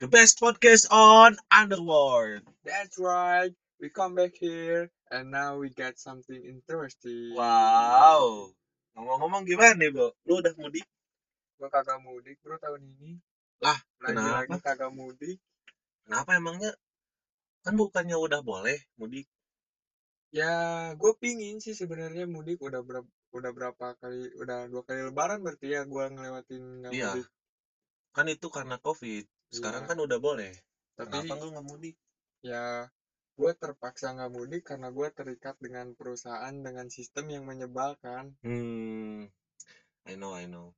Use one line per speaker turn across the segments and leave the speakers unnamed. the best podcast on Underworld.
That's right. We come back here and now we got something interesting.
Wow. Ngomong-ngomong gimana nih, Bro? Lu udah mudik?
Gua kagak mudik bro tahun ini.
Lah,
lagi-lagi kagak mudik.
Kenapa emangnya? Kan bukannya udah boleh mudik.
Ya, gue pingin sih sebenarnya mudik udah berapa udah berapa kali udah dua kali lebaran berarti ya gue ngelewatin nggak
Iya.
mudik
Kan itu karena Covid. Sekarang
Iya.
kan udah boleh.
tapi
Kenapa lu nggak mudik?
ya gue terpaksa nggak mudik karena gue terikat dengan perusahaan dengan sistem yang menyebalkan
Hmm. I know, I know.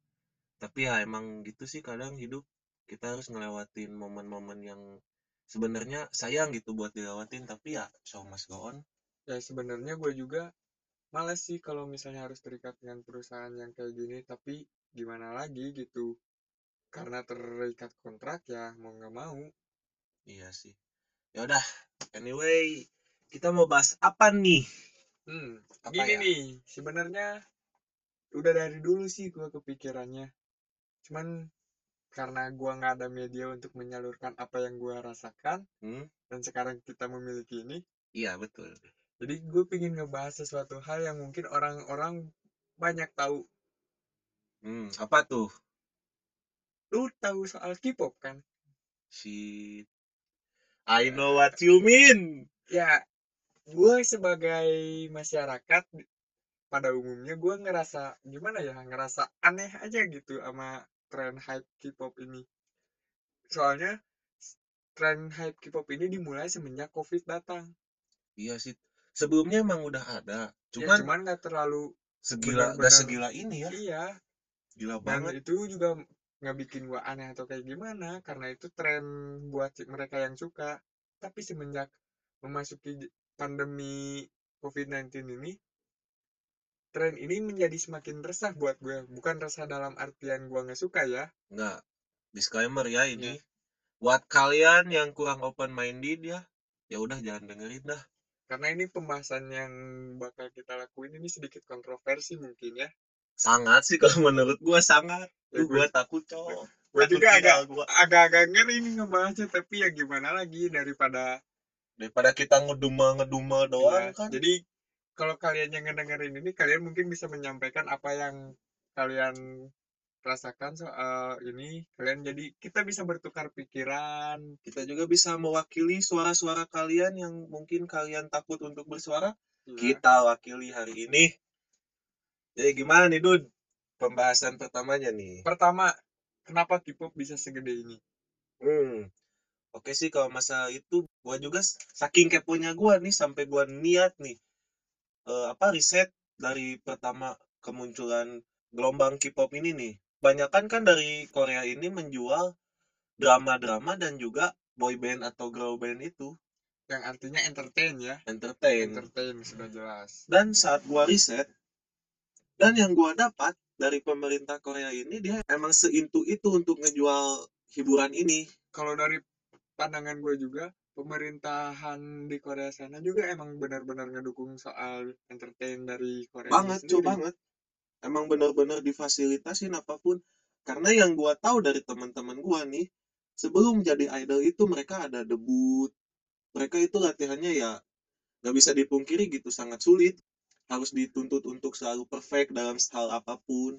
Tapi ya emang gitu sih kadang hidup kita harus ngelewatin momen-momen yang sebenarnya sayang gitu buat dilewatin tapi ya so must go on.
ya sebenarnya gue juga males sih kalau misalnya harus terikat dengan perusahaan yang kayak gini tapi gimana lagi gitu karena terikat kontrak ya mau nggak mau
Iya sih. Ya udah, anyway, kita mau bahas apa nih?
hmm
Apa
gini
ya?
nih sebenarnya udah dari dulu sih gue kepikirannya cuman karena gue nggak ada media untuk menyalurkan apa yang gue rasakan
Hmm?
dan sekarang kita memiliki ini
Iya, betul.
jadi gue pengen ngebahas sesuatu hal yang mungkin orang-orang banyak tahu
Hmm, apa tuh?
lu tahu soal K-pop kan
Si I
Iya.
know what you mean.
ya gue sebagai masyarakat pada umumnya gue ngerasa gimana ya ngerasa aneh aja gitu sama tren hype K-pop ini soalnya s- tren hype K-pop ini dimulai semenjak COVID datang
Iya sih. Sebelumnya emang udah ada.
ya
Cuman
cuman nggak terlalu
segila udah
benar-benar-
segila ini ya.
iya
Gila
dan
banget.
itu juga nggak bikin gua aneh atau kayak gimana karena itu tren buat si- mereka yang suka tapi semenjak memasuki j- pandemi COVID-19 ini tren ini menjadi semakin resah buat gue bukan resah dalam artian gua nggak suka ya
Enggak. Disclaimer ya ini.
Iya.
Buat kalian yang kurang open minded ya, ya udah jangan dengerin dah.
karena ini pembahasan yang bakal kita lakuin ini sedikit kontroversi mungkin ya
Sangat sih kalau menurut gua sangat.
Ya,
Lu
gue-
gua takut cowok.
gue
Takut
juga agak
viral gua.
agak-agak ngeri ini ngebahasnya tapi ya gimana lagi daripada
Daripada kita ngeduma-ngeduma doang
Iya,
kan.
Jadi kalau kalian yang ngedengerin ini, kalian mungkin bisa menyampaikan apa yang kalian rasakan soal ini. Kalian jadi kita bisa bertukar pikiran.
Kita juga bisa mewakili suara-suara kalian yang mungkin kalian takut untuk bersuara.
Iya.
kita wakili hari ini. Jadi gimana nih Dun? Pembahasan pertamanya nih.
Pertama, kenapa K-pop bisa segede ini?
Hmm. Oke sih kalau masalah itu gua juga s- saking keponya gua nih sampai gua niat nih eh, apa riset dari pertama kemunculan gelombang K-pop ini nih. Banyakan kan dari Korea ini menjual drama-drama dan juga boy band atau girl band itu
Yang artinya entertain ya.
entertain.
Entertain sudah jelas.
dan saat gua riset dan yang gua dapat dari pemerintah Korea ini dia emang seintu itu untuk ngejual hiburan ini
Kalau dari pandangan gue juga, pemerintahan di Korea sana juga emang benar-benar ngedukung soal entertain dari Korea
banget
ini
cuy
sendiri.
banget emang bener-bener difasilitasin apapun karena yang gua tahu dari teman-teman gua nih sebelum jadi idol itu mereka ada debut mereka itu latihannya ya nggak bisa dipungkiri gitu sangat sulit harus dituntut untuk selalu perfect dalam hal apapun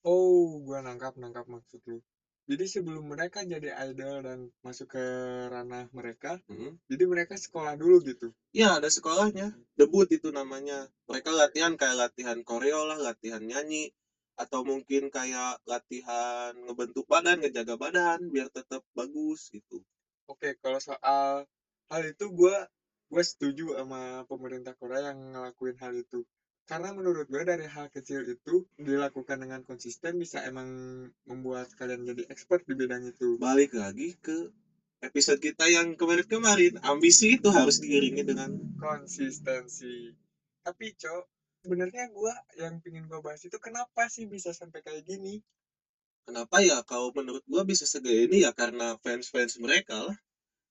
Oh, gua nangkap nangkap maksud lu. Jadi sebelum mereka jadi idol dan masuk ke ranah mereka,
Mhm.
jadi mereka sekolah dulu gitu.
Ya, ada sekolahnya. Debut itu namanya. Mereka latihan kayak latihan koreo lah, latihan nyanyi. Atau mungkin kayak latihan ngebentuk badan, ngejaga badan, biar tetap bagus gitu.
Oke, kalau soal hal itu gua gua setuju sama pemerintah Korea yang ngelakuin hal itu. Karena menurut gue dari hal kecil itu dilakukan dengan konsisten bisa emang membuat kalian jadi expert di bidang itu.
Balik lagi ke episode kita yang kemarin-kemarin. Ambisi itu harus diiringi dengan...
konsistensi tapi cok sebenarnya gua yang pingin gua bahas itu kenapa sih bisa sampai kayak gini
Kenapa ya? Kalau menurut gua bisa segede ini ya karena fans-fans mereka lah.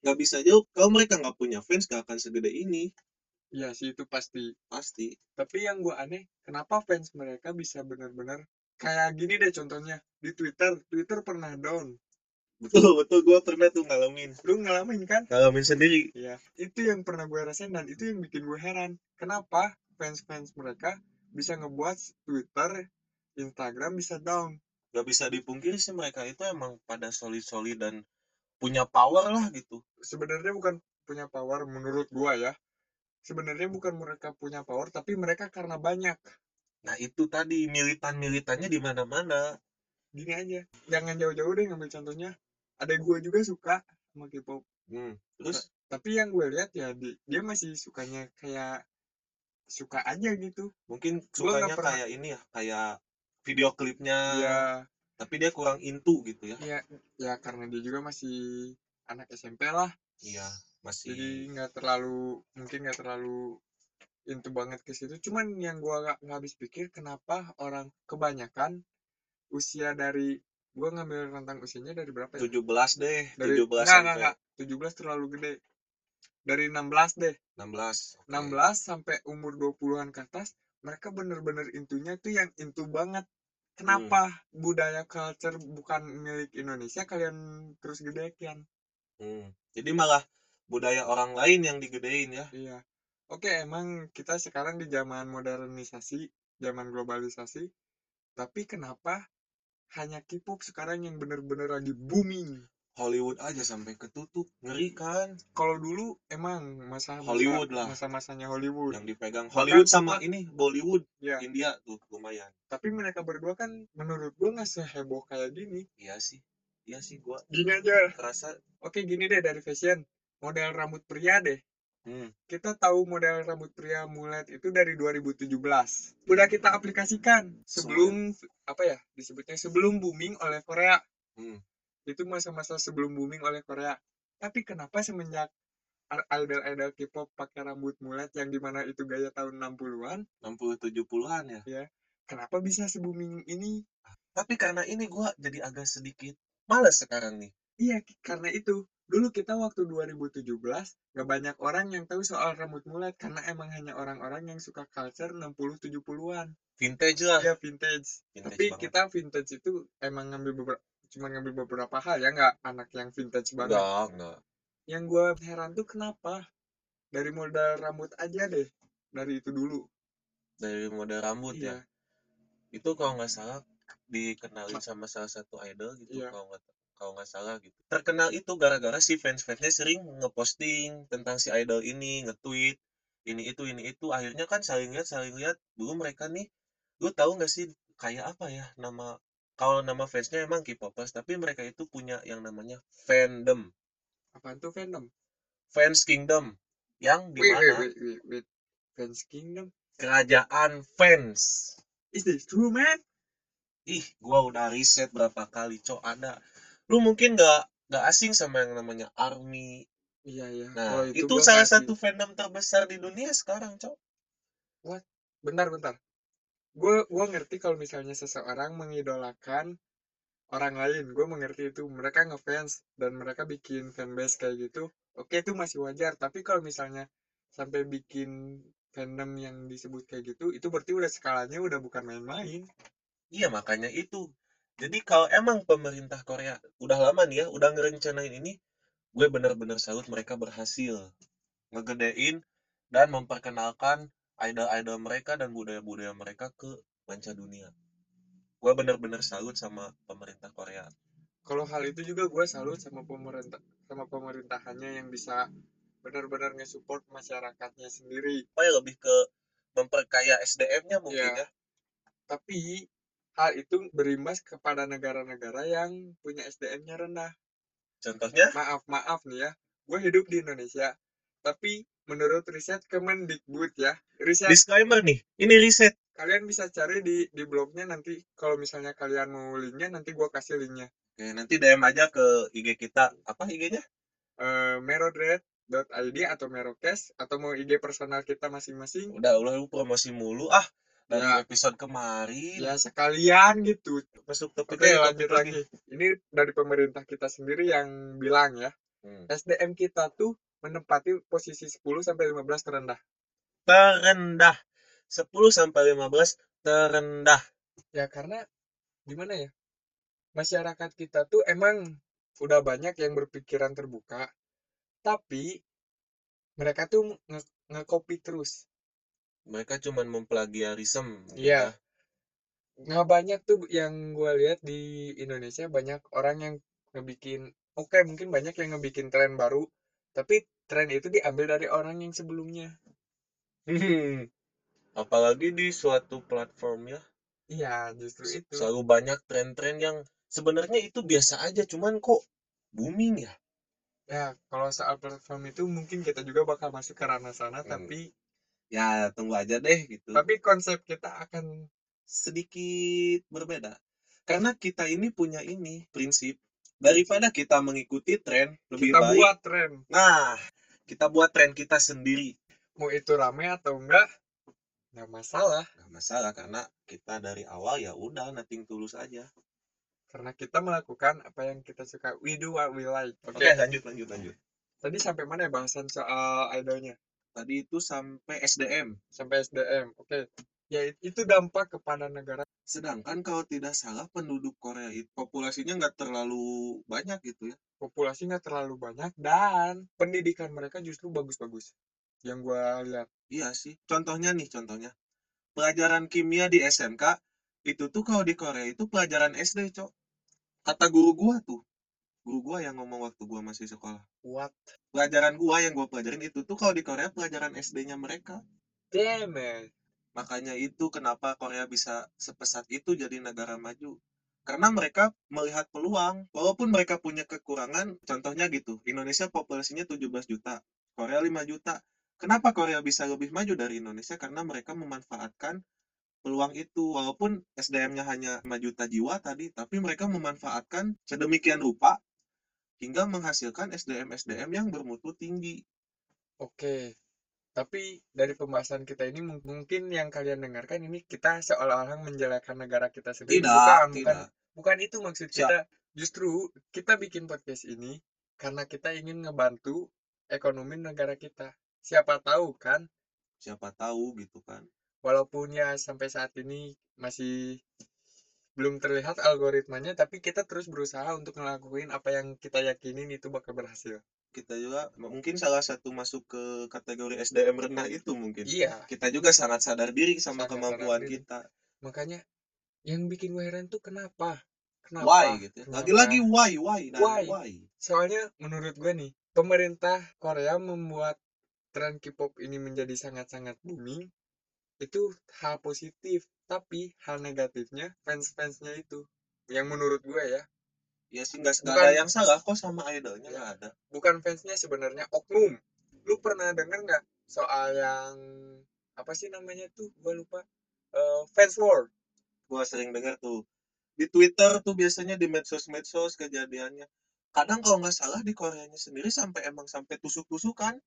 Nggak bisa jauh. Kalau mereka nggak punya fans, nggak akan segede ini.
Iya sih itu pasti
Pasti.
tapi yang gua aneh kenapa fans mereka bisa benar-benar kayak gini deh contohnya di Twitter Twitter pernah down
betul betul gue pernah tuh ngalamin
Lu ngalamin kan?
ngalamin sendiri
Iya. Itu yang pernah gue rasain dan itu yang bikin gue heran. Kenapa fans-fans mereka bisa ngebuat Twitter, Instagram bisa down.
nggak bisa dipungkiri sih mereka itu emang pada solid solid dan punya power lah gitu
Sebenarnya bukan punya power menurut gue ya. Sebenarnya bukan mereka punya power, tapi mereka karena banyak.
nah itu tadi militan militannya di mana mana
Gini aja. Jangan jauh-jauh deh ngambil contohnya. Ada gue juga suka sama K-pop.
hmm. terus
Tapi yang gue lihat ya di- dia masih sukanya kayak suka aja gitu.
mungkin
Gua
sukanya
nggak pernah-
kayak ini ya kayak video klipnya
Iya.
tapi dia kurang intu gitu ya
Iya, ya karena dia juga masih anak SMP lah,
iya masih
jadi nggak terlalu mungkin nggak terlalu into banget ke situ. Cuman yang gua nggak nggak habis pikir kenapa orang kebanyakan usia dari gua ngambil rentang usianya dari berapa ya?
17 deh
Dari
17
nggak nggak nggak 17 terlalu gede. Dari 16 deh,
16 oke.
16 sampai umur 20-an ke atas mereka bener-bener intunya tuh yang intu banget.
Hmm.
Kenapa budaya culture bukan milik Indonesia kalian terus gedekin?
Hmm. jadi malah budaya orang lain yang digedein ya
Iya. Oke, emang kita sekarang di zaman modernisasi, zaman globalisasi, tapi kenapa hanya K-pop sekarang yang bener-bener lagi booming?
Hollywood aja sampai ketutup ngeri kan
Kalau dulu emang masa-masa
Hollywood lah.
masa-masanya Hollywood.
yang dipegang Hollywood sama
sempat-
ini Bollywood
Ya,
India tuh lumayan
tapi mereka berdua kan menurut gua nggak seheboh kayak gini.
iya sih iya sih gua
Gini aja.
terasa
Oke, gini deh dari fashion. Model rambut pria deh.
hmm.
Kita tahu model rambut pria mulet itu dari 2017. Udah kita aplikasikan sebelum apa ya disebutnya sebelum booming oleh Korea.
Hmm.
Itu masa-masa sebelum booming oleh Korea. Tapi kenapa semenjak ar- idol-idol K-pop pakai rambut mulet yang dimana itu gaya tahun 60-an,
60 70-an ya
kenapa bisa se-booming ini?
tapi karena ini gua jadi agak sedikit males sekarang nih
Iya, ki- karena itu. Dulu kita waktu 2017, gak banyak orang yang tahu soal rambut mulet karena emang hanya orang-orang yang suka culture 60-70-an.
vintage lah
Iya, vintage.
Vintage
Tapi
banget.
kita vintage itu emang ngambil beberapa cuma ngambil beberapa hal ya nggak anak yang vintage banget.
enggak enggak
Yang gua heran tuh kenapa dari modal rambut aja deh dari itu dulu.
dari model rambut ya
Iya,
itu kalau nggak salah dikenalin
Ma-
sama salah satu idol gitu
Iya.
kalau nggak kalau nggak salah gitu terkenal itu gara-gara si fans-fansnya sering ngeposting tentang si idol ini nge-tweet ini itu ini itu akhirnya kan saling lihat saling lihat dulu mereka nih lu tahu nggak sih kayak apa ya nama kalau nama fansnya emang K-popers tapi mereka itu punya yang namanya fandom ya?
Apaan tuh fandom?
fans kingdom yang
Wait, wait,
dimana
wait, wait, wait. Fans Kingdom?
kerajaan fans
Is this true, man?
ih gua udah riset berapa kali cok ada lu mungkin nggak nggak asing sama yang namanya army
Iya, iya.
nah
Kalau
itu,
gua
salah
nggak sih.
satu fandom terbesar di dunia sekarang cok
Bentar, bentar. Gue gua ngerti kalau misalnya seseorang mengidolakan orang lain. Gue mengerti itu. Mereka ngefans dan mereka bikin fanbase kayak gitu. Oke, itu masih wajar. Tapi kalau misalnya sampai bikin fandom yang disebut kayak gitu, itu berarti udah skalanya udah bukan main-main.
iya makanya itu jadi kalau emang pemerintah Korea udah lama nih ya udah ngerencanain ini gue bener-bener salut mereka berhasil ngegedein dan memperkenalkan idol-idol mereka dan budaya-budaya mereka ke manca dunia gue bener-bener salut sama pemerintah Korea
Kalau hal itu juga gue salut sama pemerintah sama pemerintahannya yang bisa benar-benar nge-support masyarakatnya sendiri.
apa ya lebih ke memperkaya SDM-nya mungkin ya
Iya. Tapi hal itu berimbas kepada negara-negara yang punya SDM-nya rendah.
contohnya
Maaf, maaf nih ya. Gue hidup di Indonesia. Tapi menurut riset Kemendikbud ya, riset
disclaimer nih ini riset
kalian bisa cari di di blognya nanti kalau misalnya kalian mau linknya nanti gue kasih linknya
oke nanti DM aja ke IG kita apa IG-nya
eh merodred.id atau merokes atau mau IG personal kita masing-masing
udah udah lu promosi mulu ah dari
Ya.
episode kemarin
ya sekalian gitu.
masuk
Oke
topik
lanjut lagi. Ini dari pemerintah kita sendiri yang bilang ya
Hmm.
SDM kita tuh menempati posisi 10 sampai 15 terendah.
terendah 10 sampai 15 terendah
Ya karena gimana ya? Masyarakat kita tuh emang udah banyak yang berpikiran terbuka, tapi mereka tuh nge- nge-copy terus.
mereka cuman memplagiarisme gitu ya.
Iya. Nggak banyak tuh yang gue lihat di Indonesia banyak orang yang ngebikin, oke mungkin banyak yang ngebikin tren baru, tapi tren itu diambil dari orang yang sebelumnya.
ya. apalagi di suatu platform ya
Iya, justru itu.
selalu banyak tren-tren yang sebenarnya itu biasa aja cuman kok booming ya
Ya, kalau soal platform itu mungkin kita juga bakal masuk ke ranah sana,
Hmm.
tapi
ya tunggu aja deh gitu
tapi konsep kita akan
sedikit berbeda karena kita ini punya ini prinsip daripada kita mengikuti tren lebih
kita
baik
buat tren.
nah kita buat tren kita sendiri
Mau itu rame atau enggak, nggak masalah.
nggak masalah karena kita dari awal ya udah nothing tulus aja
Karena kita melakukan apa yang kita suka. We do what we like. Oke.
oke lanjut lanjut lanjut
Tadi sampai mana ya bahasan soal idolnya?
tadi itu sampai SDM
Sampai SDM. Oke. Ya, it- itu dampak kepada negara.
sedangkan kalau tidak salah penduduk Korea itu populasinya nggak terlalu banyak gitu ya
Populasinya terlalu banyak dan pendidikan mereka justru bagus-bagus. Yang gua lihat.
iya sih contohnya nih contohnya pelajaran kimia di SMK itu tuh kalau di Korea itu pelajaran SD cok kata guru gua tuh guru gua yang ngomong waktu gua masih sekolah
What?
pelajaran gua yang gua pelajarin itu tuh kalau di Korea pelajaran SD-nya mereka
Damn it.
makanya itu kenapa Korea bisa sepesat itu jadi negara maju karena mereka melihat peluang walaupun mereka punya kekurangan contohnya gitu Indonesia populasinya 17 juta Korea 5 juta kenapa Korea bisa lebih maju dari Indonesia karena mereka memanfaatkan peluang itu walaupun SDM-nya hanya 5 juta jiwa tadi tapi mereka memanfaatkan sedemikian rupa hingga menghasilkan SDM-SDM yang bermutu tinggi
Oke. Tapi dari pembahasan kita ini mung- mungkin yang kalian dengarkan ini kita seolah-olah menjelekkan negara kita sendiri.
Tidak,
bukan, bukan,
tidak.
bukan itu maksud
Siap.
kita. Justru kita bikin podcast ini karena kita ingin ngebantu ekonomi negara kita. Siapa tahu kan,
siapa tahu gitu kan
walaupun ya sampai saat ini masih belum terlihat algoritmanya, tapi kita terus berusaha untuk ngelakuin apa yang kita yakinin itu bakal berhasil.
kita juga mungkin salah satu masuk ke kategori SDM rendah itu mungkin
Iya,
kita juga sangat sadar diri sama
sangat sadar
kemampuan
diri.
kita
Makanya yang bikin gue heran tuh kenapa?
why
Kenapa?
gitu ya.
Kenapa?
lagi-lagi why why dan
Why?
why
Soalnya menurut gue nih, pemerintah Korea membuat tren K-pop ini menjadi sangat-sangat booming, itu hal positif. Tapi hal negatifnya fans-fansnya itu. Yang menurut gue ya,
ya sih nggak nggak ada
bukan
yang salah kok sama idolnya
Iya.
nggak ada
bukan fansnya sebenarnya oknum. Lu pernah denger nggak soal yang apa sih namanya tuh? Gue lupa. Eh, fans war.
gua sering dengar tuh di Twitter tuh biasanya di medsos-medsos kejadiannya kadang kalau nggak salah di Koreanya sendiri sampai emang sampai tusuk-tusukan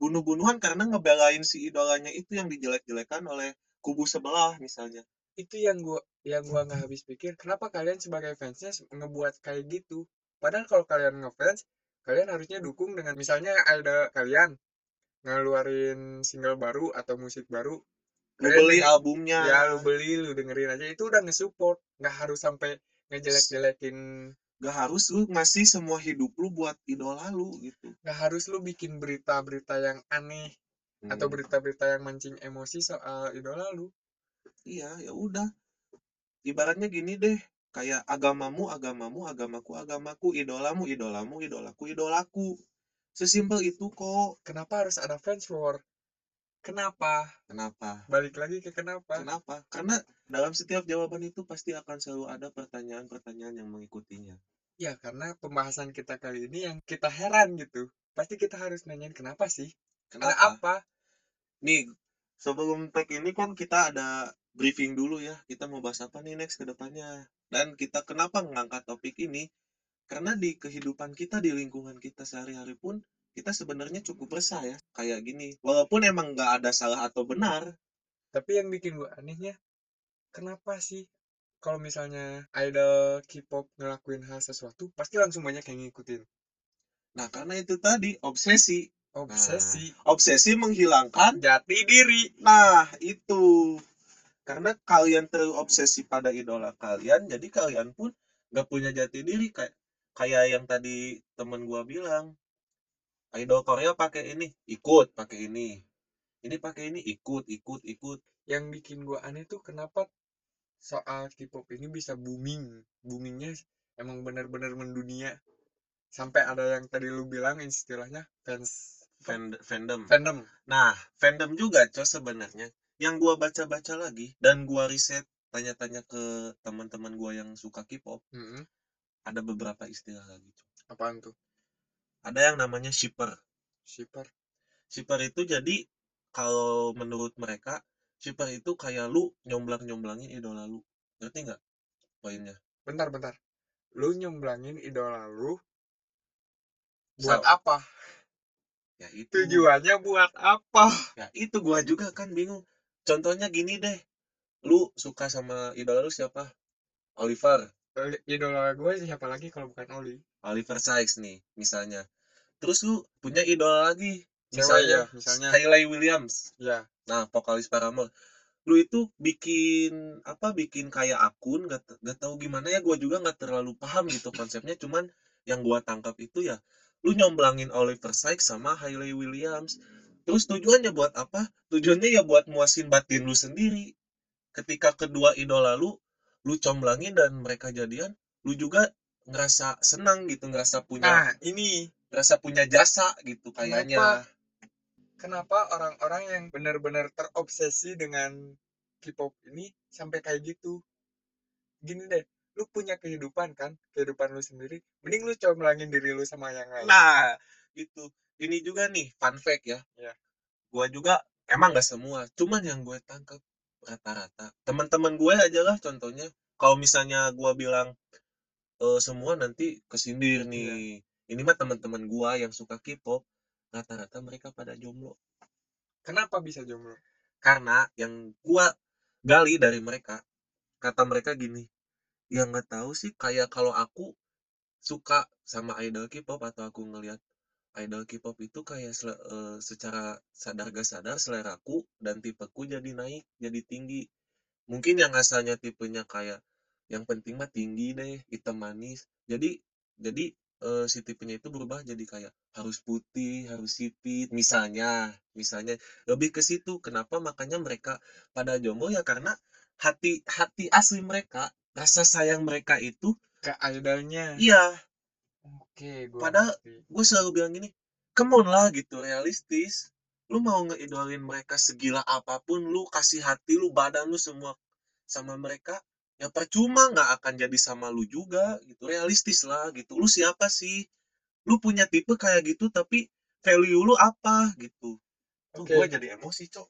bunuh-bunuhan karena ngebelain si idolanya itu yang dijelek-jelekan oleh kubu sebelah misalnya
Itu yang gue yang gua nggak habis pikir. Kenapa kalian sebagai fansnya se- ngebuat kayak gitu? Padahal kalau kalian ngefans, kalian harusnya dukung dengan misalnya idol kalian ngeluarin single baru atau musik baru,
lu
kalian
beli
denger,
albumnya
ya lu beli, lu dengerin aja itu udah nge-support, nggak harus sampai ngejelek-jelekin,
gak harus lu ngasih semua hidup lu buat idola lu gitu
nggak harus lu bikin berita-berita yang aneh atau
Hmm,
berita-berita yang mancing emosi soal idola lu.
iya ya udah ibaratnya gini deh kayak agamamu agamamu agamaku agamaku idolamu idolamu idolaku idolaku sesimpel itu kok
Kenapa harus ada fans war? Kenapa?
kenapa
Balik lagi ke kenapa?
kenapa karena dalam setiap jawaban itu pasti akan selalu ada pertanyaan-pertanyaan yang mengikutinya
Ya karena pembahasan kita kali ini yang kita heran gitu. Pasti kita harus nanyain kenapa sih? Ada
kenapa
apa?
nih sebelum tag ini kan kita ada briefing dulu ya kita mau bahas apa nih next ke depannya dan kita kenapa mengangkat topik ini karena di kehidupan kita di lingkungan kita sehari-hari pun kita sebenarnya cukup resah ya kayak gini walaupun emang nggak ada salah atau benar
Tapi yang bikin gue anehnya kenapa sih kalau misalnya idol K-pop ngelakuin hal sesuatu pasti langsung banyak yang ngikutin
nah karena itu tadi obsesi nah
obsesi
obsesi menghilangkan
"Oh, jati diri
nah itu karena kalian terlalu obsesi pada idola kalian jadi kalian pun nggak punya jati diri kayak kayak yang tadi temen gua bilang idol Korea pakai ini ikut pakai ini ini pakai ini ikut ikut ikut
Yang bikin gua aneh tuh kenapa soal K-pop ini bisa booming. Boomingnya emang benar-benar mendunia. Sampai ada yang tadi lu bilang istilahnya fans apa?
Fan- fandom
fandom.
nah fandom juga cos sebenarnya yang gua baca-baca lagi dan gua riset tanya-tanya ke teman-teman gua yang suka K-pop
Mm-mm.
ada beberapa istilah lagi Cok.
Apaan tuh?
ada yang namanya shipper
Shipper.
shipper itu jadi kalau
Hmm.
menurut mereka shipper itu kayak lu nyomblang nyomblangin idola lu ngerti nggak poinnya
Bentar, bentar. Lu nyomblangin idola lu buat
So,
apa?
ya itu
Tujuannya buat apa?
ya itu gua juga kan bingung contohnya gini deh lu suka sama idola lu siapa Oliver
Oli- Idola gue siapa lagi kalau bukan Oli?
Oliver Sykes nih misalnya terus lu punya idola lagi
Cewek
misalnya
ya, misalnya.
Hayley Williams
Ya,
nah vokalis Paramore lu itu bikin apa bikin kayak akun gak, t- gak tahu gimana ya gua juga nggak terlalu paham gitu konsepnya cuman yang gua tangkap itu ya lu nyomblangin Oliver Sykes sama Hayley Williams terus tujuannya buat apa tujuannya ya buat muasin batin lu sendiri ketika kedua idola lu lu comblangin dan mereka jadian lu juga ngerasa senang gitu ngerasa punya
Nah, ini
ngerasa punya jasa gitu kayaknya
kenapa kenapa orang-orang yang benar-benar terobsesi dengan K-pop ini sampai kayak gitu? Gini deh, lu punya kehidupan kan, kehidupan lu sendiri, mending lu comblangin diri lu sama yang lain.
nah itu ini juga nih fun fact ya
Ya.
gua juga emang nggak semua cuman yang gue tangkap rata-rata teman-teman gue aja lah contohnya kalau misalnya gua bilang eh, semua nanti kesindir
Iya.
nih ini mah teman-teman gua yang suka K-pop rata-rata mereka pada jomblo
Kenapa bisa jomblo?
karena yang gua gali dari mereka kata mereka gini ya nggak tahu sih kayak kalau aku suka sama idol K-pop atau aku ngelihat idol K-pop itu kayak sele- eh, secara sadar gak sadar seleraku dan tipeku jadi naik jadi tinggi mungkin yang asalnya tipenya kayak yang penting mah tinggi deh hitam manis jadi jadi eh, si tipenya itu berubah jadi kayak harus putih harus sipit misalnya misalnya lebih ke situ kenapa makanya mereka pada jomblo ya karena hati hati asli mereka rasa sayang mereka itu
Ke idolnya.
iya
Oke, gua
padahal
ngerti.
gue selalu bilang gini come on lah gitu realistis lu mau ngeidolin mereka segila apapun lu kasih hati lu badan lu semua sama mereka ya percuma nggak akan jadi sama lu juga gitu realistis lah gitu lu siapa sih lu punya tipe kayak gitu tapi value lu apa gitu tuh
Oke,
gue jadi emosi cok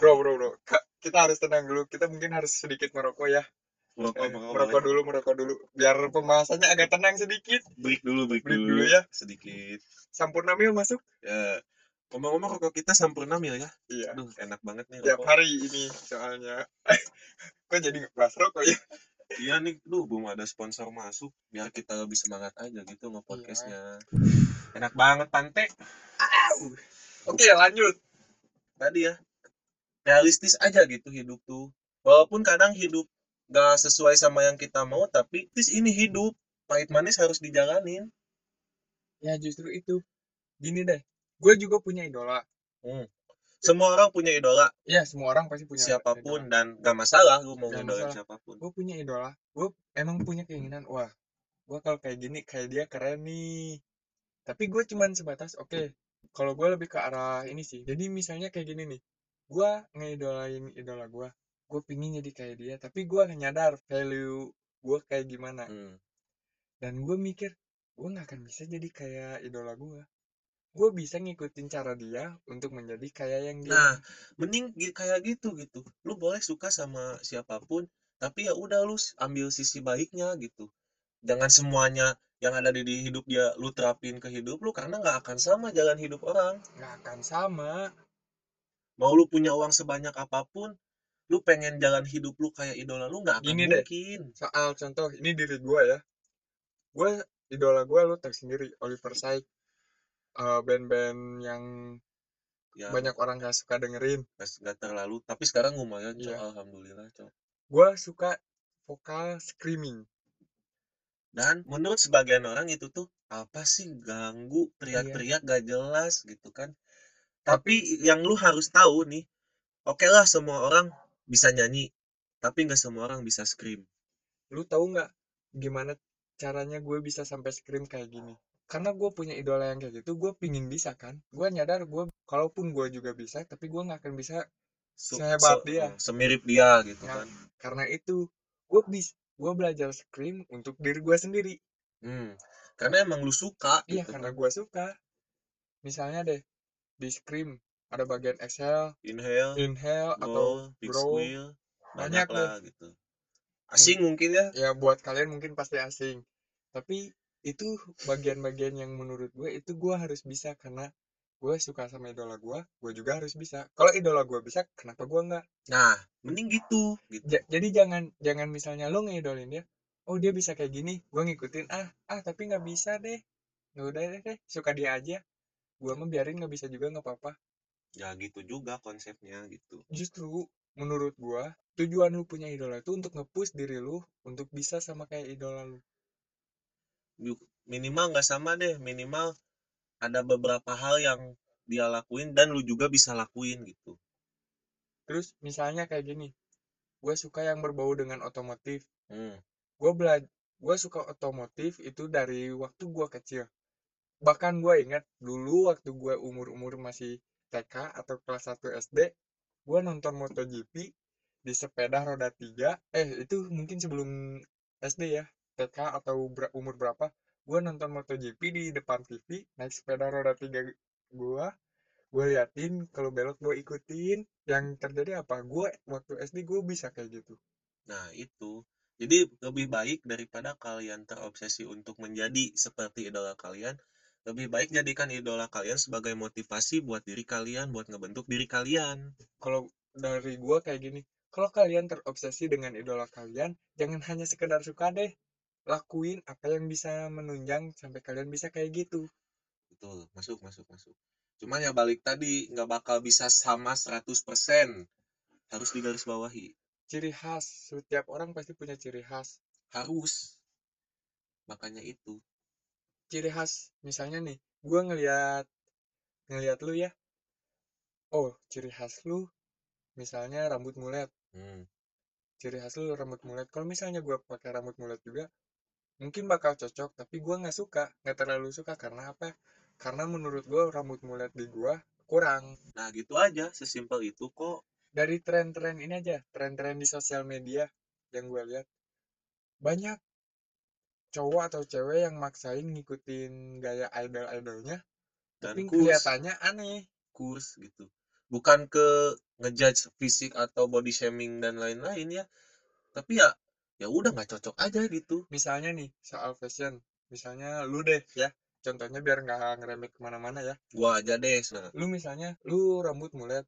bro,
tai
bro, bro. Ka- Kita harus tenang dulu. Kita mungkin harus sedikit merokok ya.
merokok
Eh,
merokok boleh
merokok dulu, merokok dulu. Biar pembahasannya agak tenang sedikit.
break dulu break
Break
dulu
dulu ya.
sedikit
Sampurna mil masuk.
ya ngomong-ngomong rokok kita sampurna mil ya
Iya.
aduh enak banget nih
Tiap
rokok
hari ini soalnya. Kok jadi ngebahas rokok ya?
Iya nih, duh belum ada sponsor masuk. Biar kita lebih semangat aja gitu
Iya.
nge-podcastnya. Enak banget Pante.
Au. Oke, lanjut.
Tadi ya, realistis aja gitu hidup tuh. Walaupun kadang hidup gak sesuai sama yang kita mau, tapi tis ini hidup. Pahit manis harus dijalanin.
Ya justru itu. Gini deh. Gue juga punya idola.
Hmm. Semua orang punya idola,
Ya semua orang pasti punya
siapapun
idola.
dan gak masalah lu mau
Gak
ngidolain
masalah.
siapapun.
Gue punya idola. Gue emang punya keinginan. Wah, gue kalau kayak gini kayak dia keren nih. Tapi gue cuman sebatas oke. Kalau gue lebih ke arah ini sih. Jadi misalnya kayak gini nih. Gue ngeidolain idola gue. Gue pingin jadi kayak dia. Tapi gue nyadar value gue kayak gimana.
Hmm.
dan gue mikir gue nggak akan bisa jadi kayak idola gue gue bisa ngikutin cara dia untuk menjadi kayak yang dia
Nah, mending gi- kayak gitu gitu. Lu boleh suka sama siapapun, tapi ya udah lu s- ambil sisi baiknya gitu. jangan semuanya yang ada di, di hidup dia lu terapin ke hidup lu karena nggak akan sama jalan hidup orang
nggak akan sama
mau lu punya uang sebanyak apapun lu pengen jalan hidup lu kayak idola lu nggak akan
gini deh
mungkin
soal contoh ini diri gue ya gue idola gue lu tahu sendiri Oliver Sykes eh, band-band yang
yang
banyak orang gak suka dengerin
Ya, nggak nggak terlalu tapi sekarang lumayan cok
iya
alhamdulillah cok
gue suka vokal screaming
Dan menurut sebagian orang itu tuh apa sih ganggu
Iya.
teriak-teriak gak jelas gitu kan. Tapi yang lu harus tahu nih, oke lah semua orang bisa nyanyi, tapi nggak semua orang bisa scream.
lu tahu nggak gimana caranya gue bisa sampai scream kayak gini karena gue punya idola yang kayak gitu gue pingin bisa kan gue nyadar gue kalaupun gue juga bisa tapi gue nggak akan bisa
Se-
Sehebat
se-
dia.
eh, semirip dia gitu
Nah.
kan.
karena itu gue bis gue belajar scream untuk diri gue sendiri
Hmm. Karena emang lu suka
iya
gitu
karena
kan.
gue suka misalnya deh di scream ada bagian exhale
Inhale,
inhale iya, atau
blow, big
grow
squeal, banyak
Banyak
lah gitu. Asing mungkin ya.
ya buat kalian mungkin pasti asing tapi itu bagian-bagian yang menurut gue itu gue harus bisa karena gue suka sama idola gue gue juga harus bisa kalau idola gue bisa kenapa gue nggak
Nah, mending gitu gitu.
Ja- jadi jangan jangan misalnya lo ngeidolin dia oh dia bisa kayak gini gue ngikutin ah ah tapi nggak bisa deh ya udah deh, deh suka dia aja gue mah biarin nggak bisa juga nggak apa-apa
Ya
Iya.
gitu juga konsepnya gitu.
justru menurut gue tujuan lu punya idola itu untuk nge-push diri lu untuk bisa sama kayak idola lu
Ju- Minimal nggak sama deh, minimal ada beberapa hal yang dia lakuin dan lu juga bisa lakuin gitu.
terus misalnya kayak gini gue suka yang berbau dengan otomotif
Hmm.
gue belajar gue suka otomotif itu dari waktu gue kecil bahkan gue ingat dulu waktu gue umur umur masih TK atau kelas 1 SD gue nonton MotoGP di sepeda roda tiga eh itu mungkin sebelum SD ya TK atau ber- umur berapa gue nonton MotoGP di depan TV naik sepeda roda tiga gue gue liatin kalau belok gue ikutin yang terjadi apa gue waktu SD gue bisa kayak gitu
Nah, itu. Jadi lebih baik daripada kalian terobsesi untuk menjadi seperti idola kalian, lebih baik jadikan idola kalian sebagai motivasi buat diri kalian, buat ngebentuk diri kalian.
kalau dari gua kayak gini kalau kalian terobsesi dengan idola kalian jangan hanya sekedar suka deh lakuin apa yang bisa menunjang sampai kalian bisa kayak gitu
Betul, masuk, masuk, masuk. Cuman ya balik tadi, nggak bakal bisa sama 100%. Harus digarisbawahi.
ciri khas setiap orang pasti punya ciri khas
Harus. Makanya itu.
ciri khas misalnya nih gua ngelihat ngelihat lu ya oh ciri khas lu misalnya rambut mulet
Hmm.
ciri khas lu rambut mulet kalau misalnya gua pakai rambut mulet juga mungkin bakal cocok tapi gua nggak suka nggak terlalu suka karena apa ya? karena menurut gua rambut mulet di gua kurang
Nah, gitu aja. Sesimpel itu kok.
dari tren-tren ini aja, tren-tren di sosial media yang gue lihat banyak cowok atau cewek yang maksain ngikutin gaya idol-idolnya,
Dan
tapi
kurs.
kelihatannya aneh.
kurs gitu bukan ke ngejudge fisik atau body shaming dan lain-lain ya tapi ya ya udah nggak cocok aja gitu
Misalnya nih soal fashion, misalnya lu deh ya, contohnya biar nggak ngerembet kemana-mana ya.
gua aja deh nah
Lu misalnya, lu rambut mulet,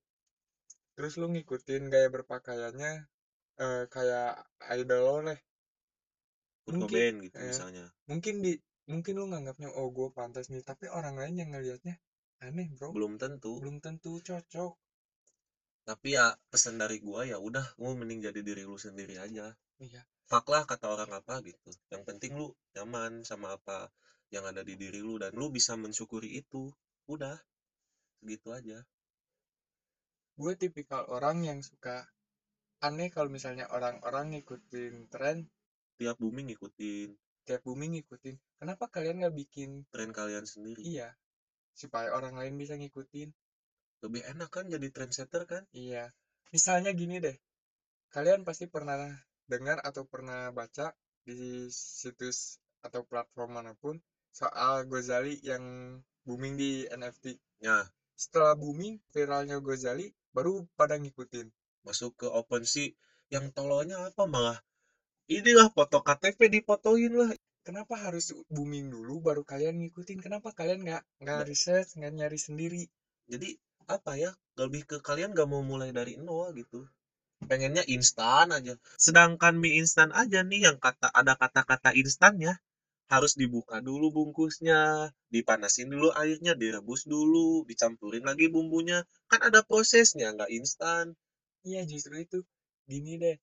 terus lu ngikutin gaya berpakaiannya eh, kayak idol lo deh.
Kurt
Mungkin,
Cobain gitu
eh,
misalnya
mungkin di, mungkin lu nganggapnya oh gue pantas nih, tapi orang lain yang ngelihatnya aneh bro,
belum tentu
oh. belum tentu cocok.
tapi ya pesan dari gua ya udah lu mending jadi diri lu sendiri aja
Iya.
fuck lah kata orang apa gitu yang penting lu nyaman sama apa yang ada di diri lu dan lu bisa mensyukuri itu udah gitu aja
gue tipikal orang yang suka aneh kalau misalnya orang-orang ngikutin tren
tiap booming ngikutin
tiap booming ngikutin kenapa kalian nggak bikin
tren kalian sendiri
iya supaya orang lain bisa ngikutin
lebih enak kan jadi trendsetter kan
iya misalnya gini deh kalian pasti pernah dengar atau pernah baca di situs atau platform manapun soal Gozali yang booming di NFT
ya
setelah booming viralnya Gozali baru pada ngikutin
masuk ke OpenSea yang tololnya apa malah inilah foto KTP dipotoin lah
kenapa harus booming dulu baru kalian ngikutin kenapa kalian nggak nggak
Ba-
riset nggak nyari sendiri
jadi apa ya lebih ke kalian gak mau mulai dari nol gitu pengennya instan aja sedangkan mie instan aja nih yang kata ada kata-kata instannya harus dibuka dulu bungkusnya dipanasin dulu airnya direbus dulu dicampurin lagi bumbunya kan ada prosesnya nggak instan
iya justru itu gini deh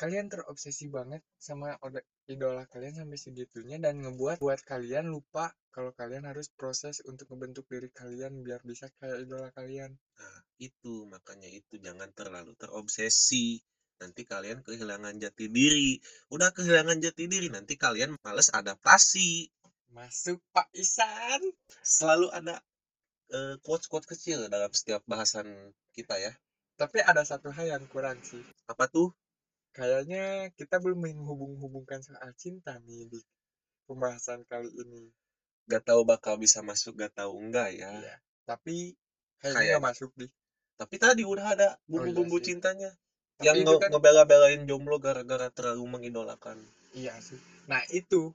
kalian terobsesi banget sama ode- idola kalian sampai segitunya dan ngebuat buat kalian lupa kalau kalian harus proses untuk membentuk diri kalian biar bisa kayak idola kalian.
Nah, itu makanya itu jangan terlalu terobsesi. Nanti kalian kehilangan jati diri. Udah kehilangan jati diri, nanti kalian males adaptasi.
Masuk Pak Isan.
Selalu ada eh, quotes-quotes kecil dalam setiap bahasan kita ya.
Tapi ada satu hal yang kurang sih.
Apa tuh?
Kayaknya kita belum menghubung-hubungkan soal cinta nih di pembahasan kali ini.
Gak tahu bakal bisa masuk, gak tahu enggak ya.
Iya. Tapi
Kayaknya.
kayaknya nggak masuk nih.
Tapi tadi udah ada bumbu-bumbu
Oh, iya sih.
cintanya.
Tapi
yang
itu
nge-
kan
ngebela-belain jomblo gara-gara terlalu mengidolakan.
Iya sih. Nah itu,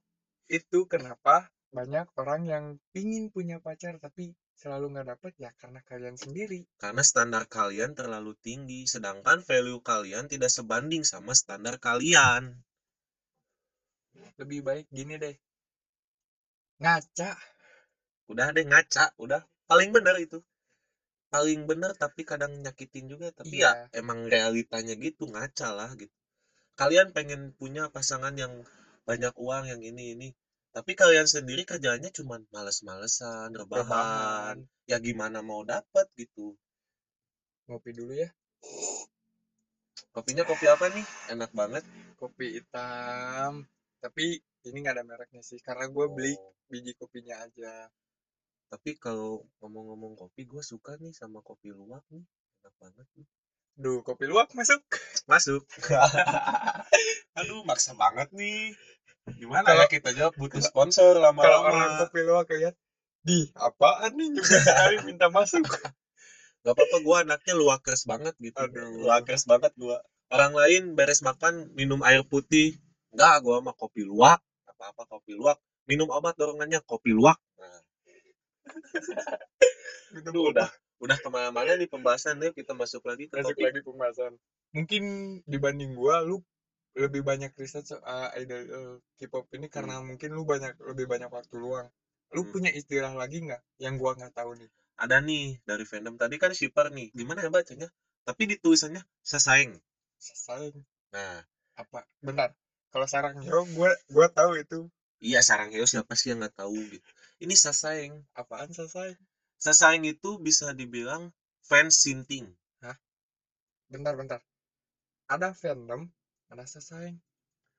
itu kenapa banyak orang yang pingin punya pacar tapi selalu nggak dapet ya karena kalian sendiri.
Karena standar kalian terlalu tinggi, sedangkan value kalian tidak sebanding sama standar kalian.
Lebih baik gini deh, ngaca.
Udah deh ngaca, udah paling benar itu. Paling benar tapi kadang nyakitin juga, tapi ya
Iya,
emang realitanya gitu, ngaca lah gitu. Kalian pengen punya pasangan yang banyak uang yang ini ini, tapi kalian sendiri kerjaannya cuman males-malesan, rebahan.
rebahan,
Ya gimana mau dapat gitu.
ngopi dulu ya.
Kopinya kopi apa nih? Enak banget.
Kopi hitam. Tapi ini nggak ada mereknya sih karena gue beli
Oh.
biji kopinya aja.
Tapi kalau ngomong-ngomong kopi, gue suka nih sama kopi luwak nih. Enak banget nih.
Duh, kopi luwak masuk.
Masuk. Aduh, maksa banget nih. Gimana ya
Kalau
kita jawab butuh sponsor
kalau orang
lama-lama.
kopi luwak lihat, di apaan nih juga sekali minta masuk.
Gak apa-apa, gue anaknya luwakers banget gitu.
Aduh,
Luwakers banget gue. Orang lain beres makan, minum air putih. Enggak, gue mah kopi luwak. Apa-apa kopi luwak. Minum obat dorongannya kopi luwak. Nah,
minum
aduh,
obat.
udah. Udah kemana-mana nih pembahasan. Yuk kita masuk lagi ke
masuk
topik.
lagi pembahasan mungkin dibanding gua lu lebih banyak riset soal idol eh, K-pop ini
Hmm,
karena mungkin lu banyak lebih banyak waktu luang lu
hmm.
punya istilah lagi nggak yang gua nggak tahu nih
ada nih dari fandom tadi kan shipper nih gimana ya bacanya tapi ditulisannya sesaing
sasaeng
nah
apa benar kalau sarang hero gua gua tahu itu
iya sarang heo siapa sih yang nggak tahu gitu ini sesaing
apaan sasaeng
sesaing itu bisa dibilang fans sinting
hah bentar bentar ada fandom ada sasaeng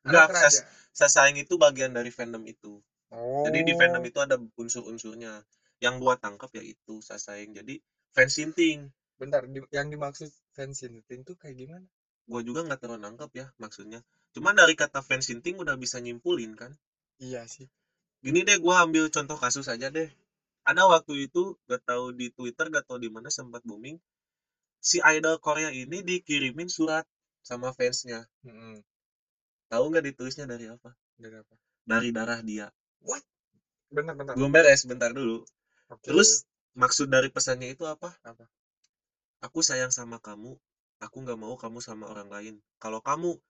ada
enggak ses
kerajaan
sesaing itu bagian dari fandom itu jadi di fandom
oh
itu ada unsur-unsurnya yang gua tangkap ya itu sesaing jadi fans sinting
bentar di- yang dimaksud fansinting tuh kayak gimana
gua juga nggak terlalu nangkep ya maksudnya cuman dari kata fans sinting udah bisa nyimpulin kan
iya sih
gini deh gua ambil contoh kasus aja deh ada waktu itu gak tahu di Twitter gak tahu di mana sempat booming si idol Korea ini dikirimin surat sama fansnya
Mm-mm.
tahu nggak ditulisnya dari apa
dari hmm. apa
dari darah dia
what bentar bentar
belum beres bentar dulu
oke
terus maksud dari pesannya itu apa
Iya, apa
aku sayang sama kamu aku nggak mau kamu sama orang lain kalau kamu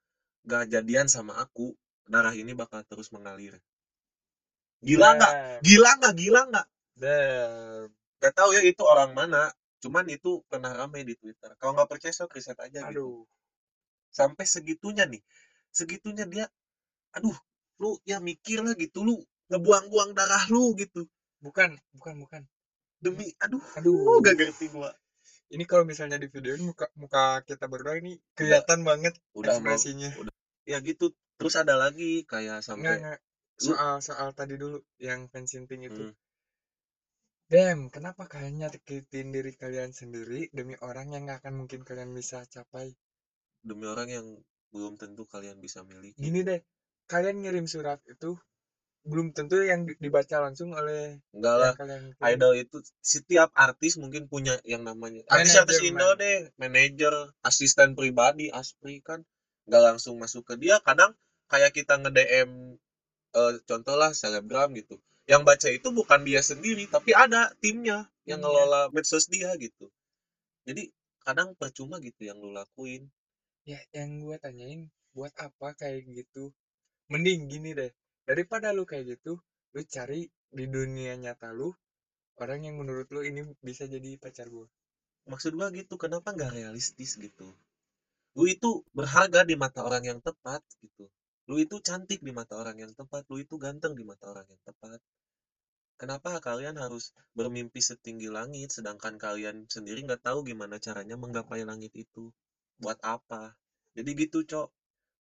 gak jadian sama aku darah ini bakal terus mengalir gila
Iya.
nggak
damn
gila nggak gila nggak
damn
gak tahu ya itu orang mana cuman itu pernah ramai di Twitter kalau nggak percaya sok riset aja gitu
Aduh,
sampai segitunya nih segitunya dia aduh lu ya mikir lah gitu lu ngebuang-buang darah lu gitu
bukan, bukan, bukan.
demi aduh
Aduh,
gak ngerti gua
ini kalau misalnya di video ini muka muka kita berdua ini
udah
kelihatan banget
udah mau
ekspresinya.
udah ya gitu terus ada lagi kayak
Enggak,
sampai
enggak.
lu
Soal soal tadi dulu yang fansinting itu.
hmm,
Damn, kenapa kalian nyakitin diri kalian sendiri demi orang yang nggak akan mungkin kalian bisa capai?
demi orang yang belum tentu kalian bisa miliki
Gini deh, kalian ngirim surat itu belum tentu yang di- dibaca langsung oleh
enggak
yang
lah
kalian kirim.
idol itu setiap artis mungkin punya yang namanya artis-artis
Manajer,
Indo
man.
deh manajer asisten pribadi aspri kan nggak langsung masuk ke dia kadang kayak kita nge DM eh, contohlah selebgram gitu yang baca itu bukan dia sendiri tapi ada timnya yang
Iya,
ngelola medsos dia gitu jadi kadang percuma gitu yang lu lakuin
ya yang gue tanyain buat apa kayak gitu? mending gini deh daripada lu kayak gitu lu cari di dunia nyata lu orang yang menurut lu ini bisa jadi pacar gua
maksud gua gitu kenapa nggak realistis gitu lu itu berharga di mata orang yang tepat gitu lu itu cantik di mata orang yang tepat lu itu ganteng di mata orang yang tepat kenapa kalian harus bermimpi setinggi langit sedangkan kalian sendiri nggak tahu gimana caranya menggapai langit itu buat apa jadi gitu cok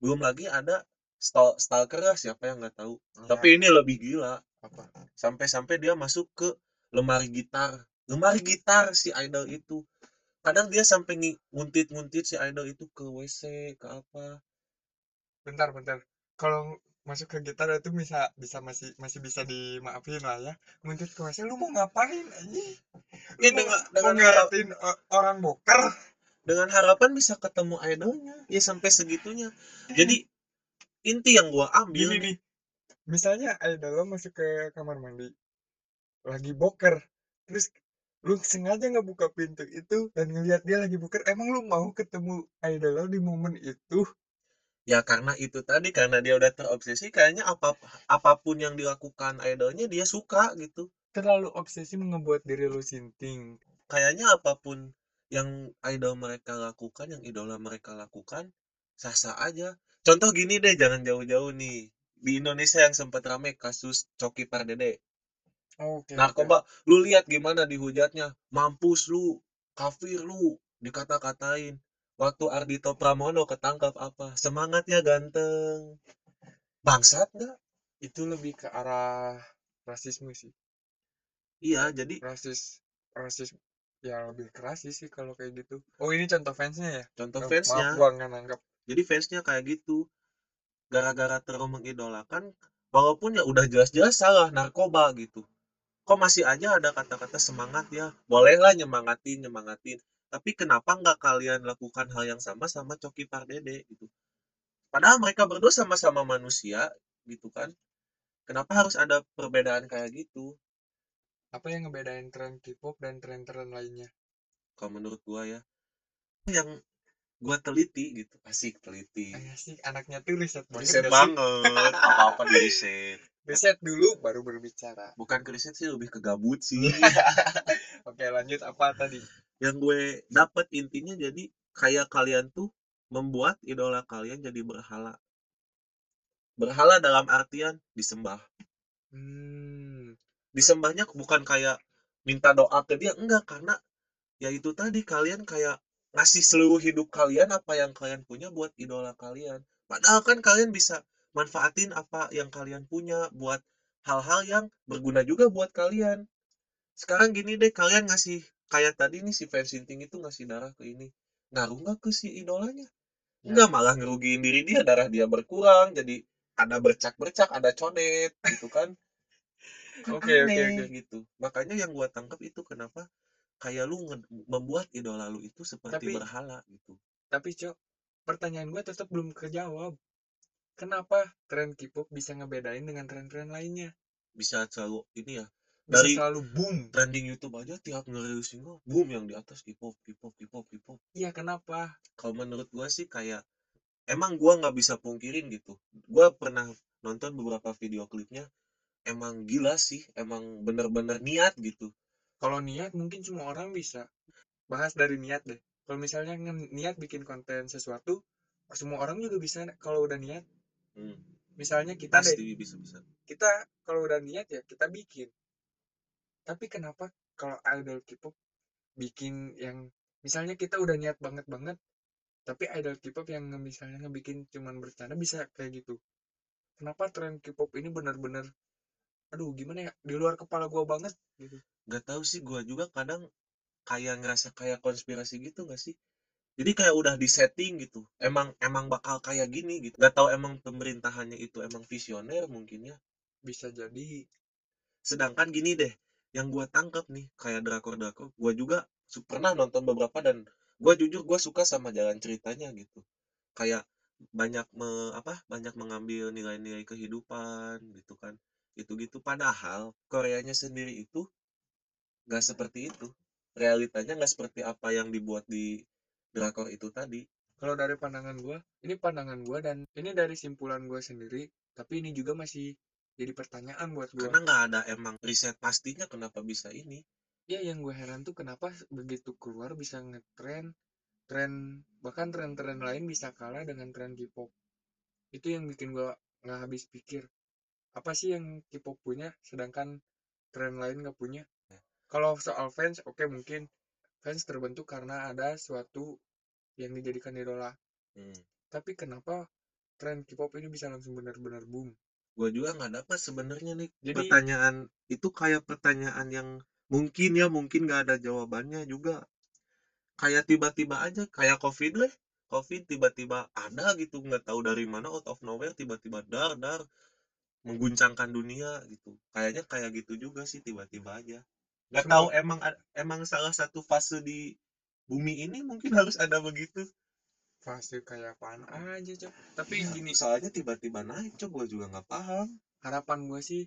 belum lagi ada stal stalker siapa yang nggak tahu tapi ini lebih gila
apa
sampai-sampai dia masuk ke lemari gitar lemari gitar si idol itu kadang dia sampai ngi- nguntit-nguntit si idol itu ke WC ke apa
bentar bentar kalau masuk ke gitar itu bisa bisa masih masih bisa dimaafin lah ya mungkin ke WC, lu mau ngapain aja
ya
lu mau,
dengan
mau
dengan harap-
ngeliatin o- orang boker
dengan harapan bisa ketemu idolnya ya sampai segitunya jadi inti yang gua ambil
gini
nih
nih misalnya idol lo masuk ke kamar mandi lagi boker terus lu sengaja nggak buka pintu itu dan ngelihat dia lagi boker emang lu mau ketemu idol lo di momen itu
ya karena itu tadi karena dia udah terobsesi kayaknya apa apapun yang dilakukan idolnya dia suka gitu
terlalu obsesi membuat diri lu sinting
kayaknya apapun yang idol mereka lakukan yang idola mereka lakukan sah-sah aja contoh gini deh jangan jauh-jauh nih di Indonesia yang sempat rame kasus Coki Pardede
oke Iya, oke
narkoba lu lihat gimana dihujatnya mampus lu kafir lu dikata-katain waktu Ardhito Pramono ketangkap apa semangatnya ganteng bangsat nggak
itu lebih ke arah rasisme sih
iya jadi
rasis rasis ya lebih ke rasis sih kalau kayak gitu oh ini contoh fansnya ya
contoh
oh, maaf
fansnya
gua nggak nangkep
jadi fansnya kayak gitu gara-gara terlalu mengidolakan walaupun ya udah jelas-jelas salah narkoba gitu kok masih aja ada kata-kata semangat ya bolehlah nyemangatin nyemangatin tapi kenapa nggak kalian lakukan hal yang sama sama Coki Pardede gitu padahal mereka berdua sama-sama manusia gitu kan kenapa harus ada perbedaan kayak gitu
apa yang ngebedain tren K-pop dan tren-tren lainnya
kalau menurut gua ya yang gua teliti gitu asik teliti
Ayah Eh, sih anaknya tuh riset banget
riset
gak sih
banget apa-apa di riset
riset dulu baru berbicara
bukan ke riset sih lebih ke gabut sih
oke lanjut apa tadi
yang gue dapat intinya jadi kayak kalian tuh membuat idola kalian jadi berhala berhala dalam artian disembah
hmm
disembahnya bukan kayak minta doa ke dia enggak karena ya itu tadi kalian kayak ngasih seluruh hidup kalian apa yang kalian punya buat idola kalian padahal kan kalian bisa manfaatin apa yang kalian punya buat hal-hal yang berguna juga buat kalian sekarang gini deh kalian ngasih kayak tadi nih si fans sinting itu ngasih darah ke ini ngaruh nggak ke si idolanya
ya
Enggak malah ngerugiin diri dia darah dia berkurang jadi ada bercak-bercak ada codet gitu kan kan
oke oke oke
aneh gitu makanya yang gua tangkap itu kenapa kayak lu nge- membuat idola lu itu seperti
tapi
berhala gitu
tapi cok pertanyaan gue tetap belum kejawab kenapa tren K-pop bisa ngebedain dengan tren-tren lainnya
bisa selalu ini ya
bisa
dari
selalu boom
trending YouTube aja tiap ngerilis single boom yang di atas K-pop K-pop K-pop K-pop
iya kenapa
kalau menurut gua sih kayak emang gua nggak bisa pungkirin gitu gua pernah nonton beberapa video klipnya emang gila sih emang bener-bener niat gitu
kalau niat mungkin semua orang bisa bahas dari niat deh. Kalau misalnya nge- niat bikin konten sesuatu, semua orang juga bisa kalau udah niat.
Hmm,
Misalnya kita deh,
pasti bisa-bisa
kita kalau udah niat ya kita bikin. Tapi kenapa kalau idol K-pop bikin yang misalnya kita udah niat banget banget, tapi idol K-pop yang nge- misalnya ngebikin cuman bercanda bisa kayak gitu. Kenapa tren K-pop ini benar-benar aduh gimana ya di luar kepala gua banget gitu.
nggak tahu sih gua juga kadang kayak ngerasa kayak konspirasi gitu nggak sih jadi kayak udah disetting gitu emang emang bakal kayak gini gitu nggak tahu emang pemerintahannya itu emang visioner mungkin ya
Bisa jadi
sedangkan gini deh yang gua tangkap nih kayak drakor drakor gua juga su- pernah nonton beberapa dan gua jujur gua suka sama jalan ceritanya gitu kayak banyak me- apa banyak mengambil nilai-nilai kehidupan gitu kan gitu-gitu padahal Koreanya sendiri itu nggak seperti itu realitanya nggak seperti apa yang dibuat di drakor itu tadi
kalau dari pandangan gua ini pandangan gua dan ini dari simpulan gua sendiri tapi ini juga masih jadi pertanyaan buat gua
karena nggak ada emang riset pastinya kenapa bisa ini
ya yang gue heran tuh kenapa begitu keluar bisa ngetren tren bahkan tren-tren lain bisa kalah dengan tren K-pop itu yang bikin gua nggak habis pikir apa sih yang K-pop punya sedangkan tren lain nggak punya kalau soal fans oke mungkin fans terbentuk karena ada suatu yang dijadikan idola
Hmm.
tapi kenapa tren K-pop ini bisa langsung benar-benar boom
Gua juga nggak dapat sebenarnya nih
jadi
pertanyaan itu kayak pertanyaan yang mungkin ya mungkin nggak ada jawabannya juga. Kayak tiba-tiba aja kayak COVID lah. COVID tiba-tiba ada gitu nggak tahu dari mana out of nowhere tiba-tiba dar dar mengguncangkan dunia gitu. Kayaknya kayak gitu juga sih tiba-tiba aja. Nggak tahu
semua
emang ad- emang salah satu fase di bumi ini mungkin harus ada begitu.
fase kayak apaan aja cok tapi
Iya,
gini
soalnya tiba-tiba naik, coba gue juga nggak paham.
harapan gua sih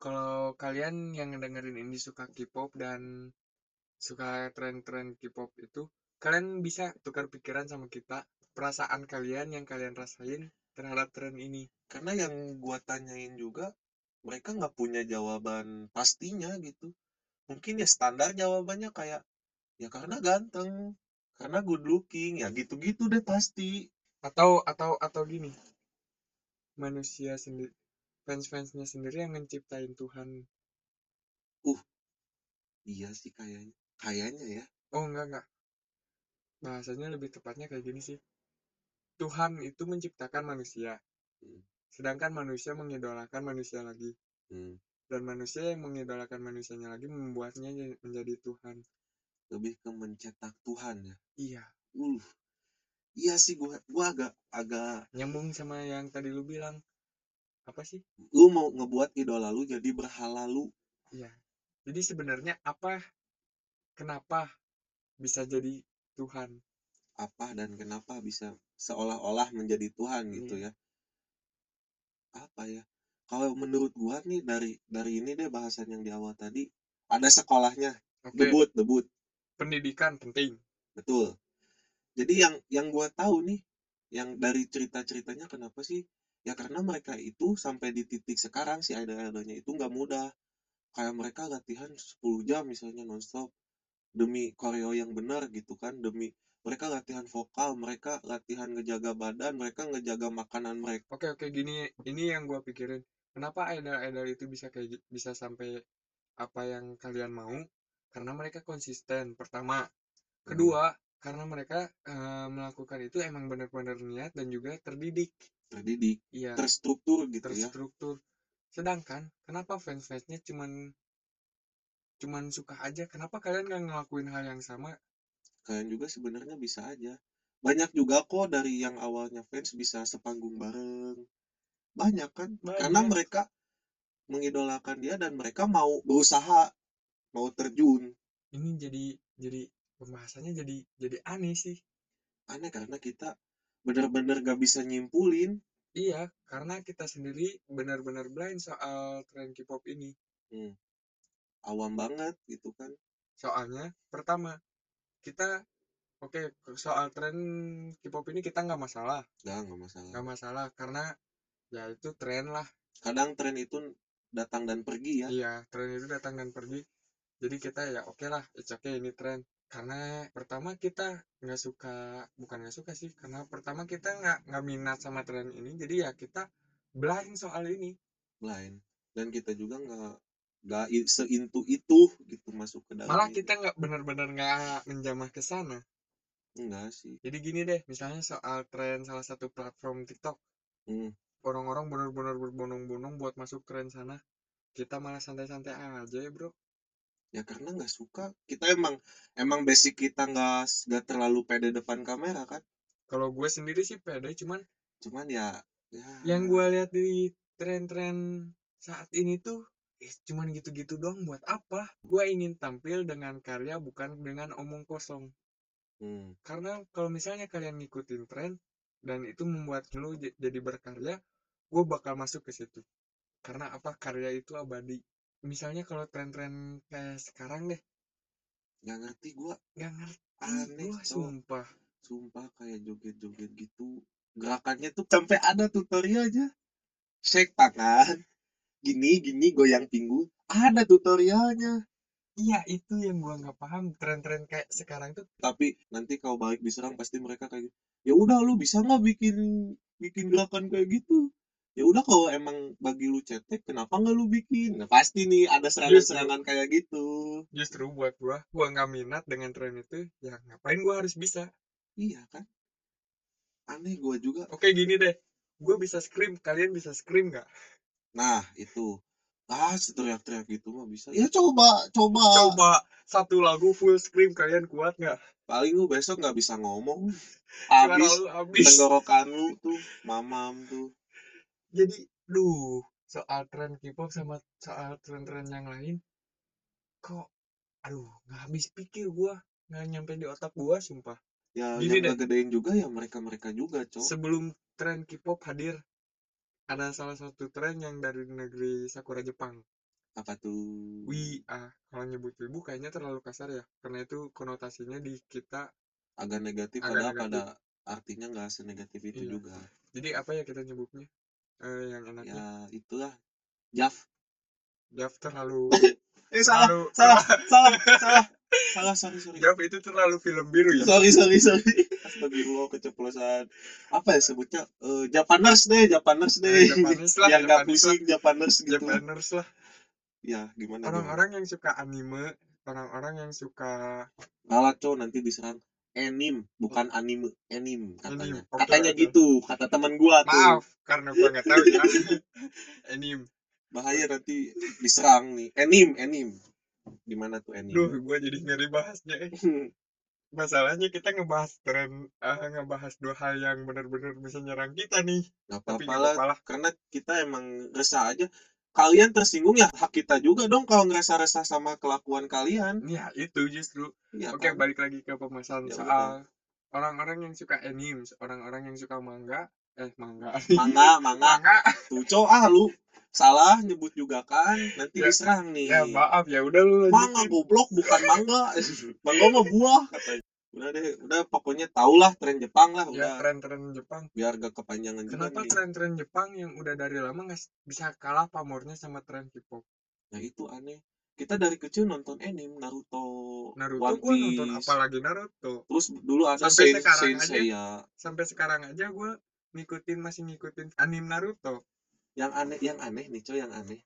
kalau kalian yang dengerin ini suka K-pop dan suka tren-tren K-pop itu, kalian bisa tukar pikiran sama kita, perasaan kalian yang kalian rasain terhadap tren ini.
Karena yang gua tanyain juga, mereka nggak punya jawaban pastinya gitu. Mungkin ya standar jawabannya kayak, ya karena ganteng, karena good looking, ya gitu-gitu deh pasti.
Atau atau atau gini, manusia sendiri fans-fansnya sendiri yang menciptain Tuhan.
Uh, iya sih kayaknya. Kayaknya ya.
Oh, enggak enggak. Bahasanya lebih tepatnya kayak gini sih. Tuhan itu menciptakan manusia,
Hmm,
sedangkan manusia mengidolakan manusia lagi.
hmm.
Dan manusia yang mengidolakan manusianya lagi membuatnya jadi- menjadi Tuhan.
Lebih ke mencetak Tuhan ya.
Iya,
Uh, iya sih gua, gua agak, agak,
nyambung sama yang tadi lu bilang, apa sih?
lu mau ngebuat idola lu jadi berhala lu.
Iya. Jadi sebenarnya apa, kenapa bisa jadi Tuhan?
Apa dan kenapa bisa seolah-olah menjadi Tuhan gitu
Iya.
ya. apa ya kalau menurut gua nih dari dari ini deh bahasan yang di awal tadi ada sekolahnya
Oke,
debut debut
pendidikan penting.
betul jadi yang yang gua tahu nih yang dari cerita ceritanya kenapa sih ya karena mereka itu sampai di titik sekarang si idol-idolnya itu nggak mudah kayak mereka latihan 10 jam misalnya nonstop demi koreo yang benar gitu kan demi mereka latihan vokal mereka latihan ngejaga badan mereka ngejaga makanan mereka
Oke, oke, gini ini yang gua pikirin. Kenapa idol-idol itu bisa kayak gi- bisa sampai apa yang kalian mau? Karena mereka konsisten, pertama.
Hmm,
Kedua, karena mereka eh, melakukan itu emang benar-benar niat dan juga terdidik.
terdidik
Iya,
terstruktur gitu ya
terstruktur. Sedangkan, kenapa fans-fansnya cuman cuman suka aja? Kenapa kalian gak ngelakuin hal yang sama?
kalian juga sebenarnya bisa aja. Banyak juga kok dari yang awalnya fans bisa sepanggung bareng. Banyak kan?
Nah,
Karena
Banyak.
mereka mengidolakan dia dan mereka mau berusaha, mau terjun.
ini jadi jadi pembahasannya jadi jadi aneh sih
Aneh karena kita benar-benar gak bisa nyimpulin.
iya karena kita sendiri benar-benar blind soal tren K-pop ini
Hmm, awam banget gitu kan.
soalnya pertama kita oke soal tren K-pop ini kita nggak masalah
Gak, gak masalah.
nggak masalah karena ya itu tren lah
Kadang tren itu datang dan pergi ya.
iya tren itu datang dan pergi jadi kita ya oke lah it's okay ini tren karena pertama kita nggak suka bukan nggak suka sih karena pertama kita nggak nggak minat sama tren ini jadi ya kita blind soal ini
Lain. Dan kita juga gak, gak i- seintu itu gitu masuk ke dalam
malah
ini.
kita nggak benar-benar nggak menjamah ke sana
Enggak sih.
jadi gini deh misalnya soal tren salah satu platform TikTok
Hmm,
orang-orang benar-benar berbondong-bondong buat masuk tren sana kita malah santai-santai aja ya bro
ya karena nggak suka kita emang emang basic kita nggak nggak terlalu pede depan kamera kan
kalau gue sendiri sih pede cuman
cuman ya ya
yang gue lihat di tren-tren saat ini tuh eh, cuman gitu-gitu doang buat apa gue ingin tampil dengan karya bukan dengan omong kosong
hmm,
karena kalau misalnya kalian ngikutin tren dan itu membuat lu j- jadi berkarya gue bakal masuk ke situ karena apa karya itu abadi misalnya kalau tren-tren kayak sekarang deh
nggak ngerti gua
gak ngerti
aneh
gue
cowok
sumpah
sumpah kayak joget-joget gitu gerakannya tuh sampai ada tutorialnya kan? shake tangan gini gini goyang pinggu ada tutorialnya
Iya, itu yang gua nggak paham. Tren-tren kayak sekarang tuh
tapi nanti kalau balik diserang pasti mereka kayak gitu ya udah lu bisa nggak bikin bikin gerakan kayak gitu ya udah kalau emang bagi lu cetek kenapa nggak lu bikin nah pasti nih ada serangan-serangan kayak gitu
justru buat gua, gua nggak minat dengan tren itu. Ya ngapain gua harus bisa?
iya kan aneh gua juga
Oke gini deh, gua bisa scream, kalian bisa scream nggak?
nah itu ah teriak-teriak gitu mah bisa ya coba coba,
Coba satu lagu full scream, kalian kuat nggak?
paling lu besok nggak bisa ngomong
Suara
abis
lu habis.
tenggorokan lu tuh mamam tuh
Jadi, duh, soal tren K-pop sama soal tren-tren yang lain, kok, aduh, nggak habis pikir gua, nggak nyampe di otak gua, sumpah.
ya
Gini
yang ngegedein juga ya mereka mereka juga cok
Sebelum tren K-pop hadir, ada salah satu tren yang dari negeri Sakura Jepang.
apa tuh
We are, ah, kalau nyebut wibu kayaknya terlalu kasar ya, karena itu konotasinya di kita.
agak negatif
Agak
padahal
negatif.
pada artinya nggak senegatif itu
Iya.
juga
Jadi apa ya kita nyebutnya? Eh, yang
ya
enaknya,
itulah Jaf
Jav terlalu,
eh
terlalu-
salah salah salah salah sorry sorry
Jav itu terlalu film biru ya.
sorry sorry sorry astagfirullah keceplosan apa ya sebutnya Eh, Japaners deh Japaners deh
Eh, Japanese lah,
biar nggak
Japanese
pusing Japaners gitu
Japaners lah.
ya gimana gimana
Orang-orang yang suka anime, orang-orang yang suka
malah cowok nanti diserang anim bukan anime anim katanya
Anim, oke,
katanya
oke.
gitu kata teman gua tuh
maaf karena gua nggak tahu ya. Anime.
bahaya nanti diserang nih anim anim gimana tuh anim
Duh, gua jadi nggak dibahasnya. eh. Masalahnya kita ngebahas tren, eh, ngebahas dua hal yang benar-benar bisa nyerang kita nih.
Gak apa-apa
Tapi nggak
lah,
apa-apa lah.
karena kita emang resah aja. Kalian tersinggung ya hak kita juga dong kalau ngerasa resah sama kelakuan kalian.
Ya itu justru.
Iya
Oke,
kan?
balik lagi ke pembahasan
Ya
soal orang-orang yang suka anime, orang-orang yang suka manga, eh manga,
Manga, manga.
manga.
Tuh cowok, ah lu salah nyebut juga kan. Nanti
Ya,
diserang nih.
Ya maaf ya, udah
Iya.
lu
manga
lanjutin.
goblok bukan mangga. mangga mah buah katanya. Udah deh, udah pokoknya tahulah tren Jepang lah
Ya
udah
tren-tren Jepang.
biar gak kepanjangan juga
Kenapa
nih.
tren-tren Jepang yang udah dari lama nggak s- bisa kalah pamornya sama tren K-pop?
Nah, itu aneh. Kita dari kecil nonton anime Naruto,
Naruto
One
gua nonton
Piece.
apalagi Naruto.
Terus dulu ada
Sampai
Saint,
sekarang
Saint
aja.
Seiya.
Sampai sekarang aja gua ngikutin masih ngikutin anime Naruto.
yang aneh yang aneh nih coy yang aneh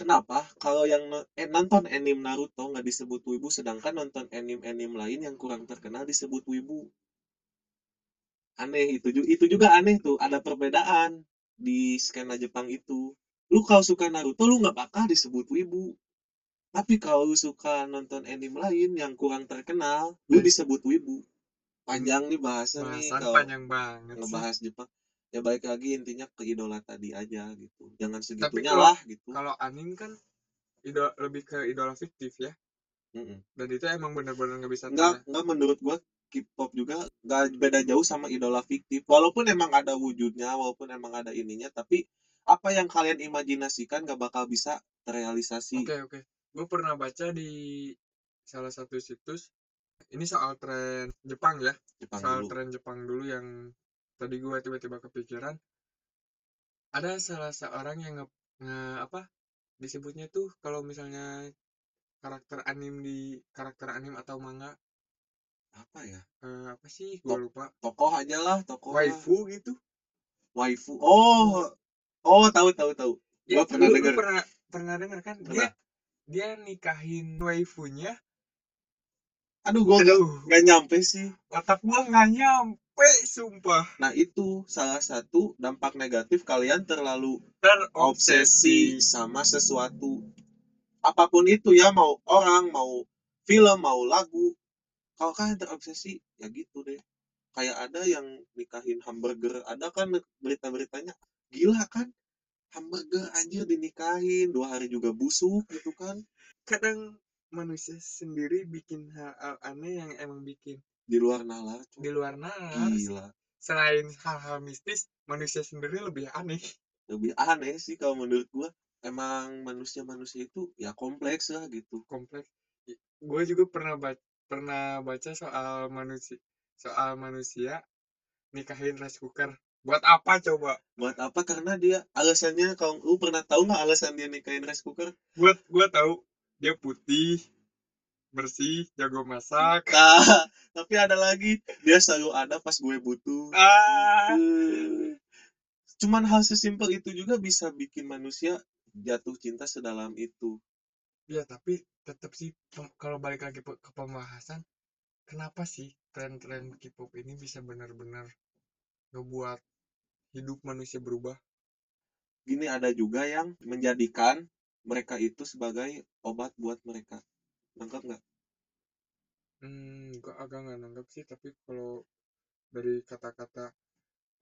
kenapa kalau yang no- eh, nonton anime Naruto nggak disebut wibu sedangkan nonton anime anime lain yang kurang terkenal disebut wibu aneh itu juga itu juga aneh tuh ada perbedaan di skena Jepang itu lu kalau suka Naruto lu nggak bakal disebut wibu tapi kalau lu suka nonton anime lain yang kurang terkenal lu
Eh.
disebut wibu panjang nih bahasa nih
Bahasan
kalau
panjang banget sih.
ngebahas Jepang ya balik lagi intinya ke idola tadi aja gitu jangan segitunya
kalau-
lah gitu
Kalau anime kan ido- lebih ke idola fiktif ya.
Mm-mm.
Dan itu emang bener-bener nggak bisa
nggak
tanya.
nggak menurut gua K-pop juga nggak beda jauh sama idola fiktif walaupun emang ada wujudnya walaupun emang ada ininya tapi apa yang kalian imajinasikan nggak bakal bisa terrealisasi
Oke oke. Gue pernah baca di salah satu situs. Ini soal tren Jepang ya.
Jepang
soal
dulu
tren Jepang dulu yang tadi gua tiba-tiba kepikiran ada salah seorang yang nge, nge- apa disebutnya tuh kalau misalnya karakter anim di karakter anim atau manga
apa ya
eh, apa sih gua
Top.
lupa
tokoh aja lah tokoh lah.
waifu gitu
waifu oh oh tahu tahu tahu gua
ya
pernah
lu, lu
denger
pernah pernah dengar kan dia
pernah
dia nikahin waifunya
aduh gua nggak
aduh
nggak nyampe sih
otak gua nggak nyampe sumpah
nah itu salah satu dampak negatif kalian terlalu obsesi
terobsesi
sama sesuatu apapun itu ya mau orang mau film mau lagu kalau kalian terobsesi ya gitu deh kayak ada yang nikahin hamburger ada kan berita-beritanya gila kan hamburger anjir dinikahin dua hari juga busuk gitu kan
kadang manusia sendiri bikin hal-hal aneh yang emang bikin
di luar nalar
di
cuy
luar nalar sih.
gila
selain hal-hal mistis, manusia sendiri lebih aneh.
lebih aneh sih kalau menurut gua emang manusia-manusia itu ya kompleks lah gitu
Kompleks. Gue juga pernah baca, pernah baca soal manusia, soal manusia nikahin rice cooker. Buat apa coba?
buat apa karena dia alasannya kalau lu pernah tahu nggak alasan dia nikahin rice cooker
Buat gue tahu dia putih, bersih jago masak
Nah, tapi ada lagi dia selalu ada pas gue butuh
ah
Eh, cuman hal sesimpel itu juga bisa bikin manusia jatuh cinta sedalam itu
ya tapi tetap sih pe- kalau balik lagi pe- ke pembahasan kenapa sih tren-tren K-pop ini bisa benar-benar ngebuat hidup manusia berubah
gini ada juga yang menjadikan mereka itu sebagai obat buat mereka nangkep nggak
hmm gua agak nggak nangkep sih tapi kalau dari kata-kata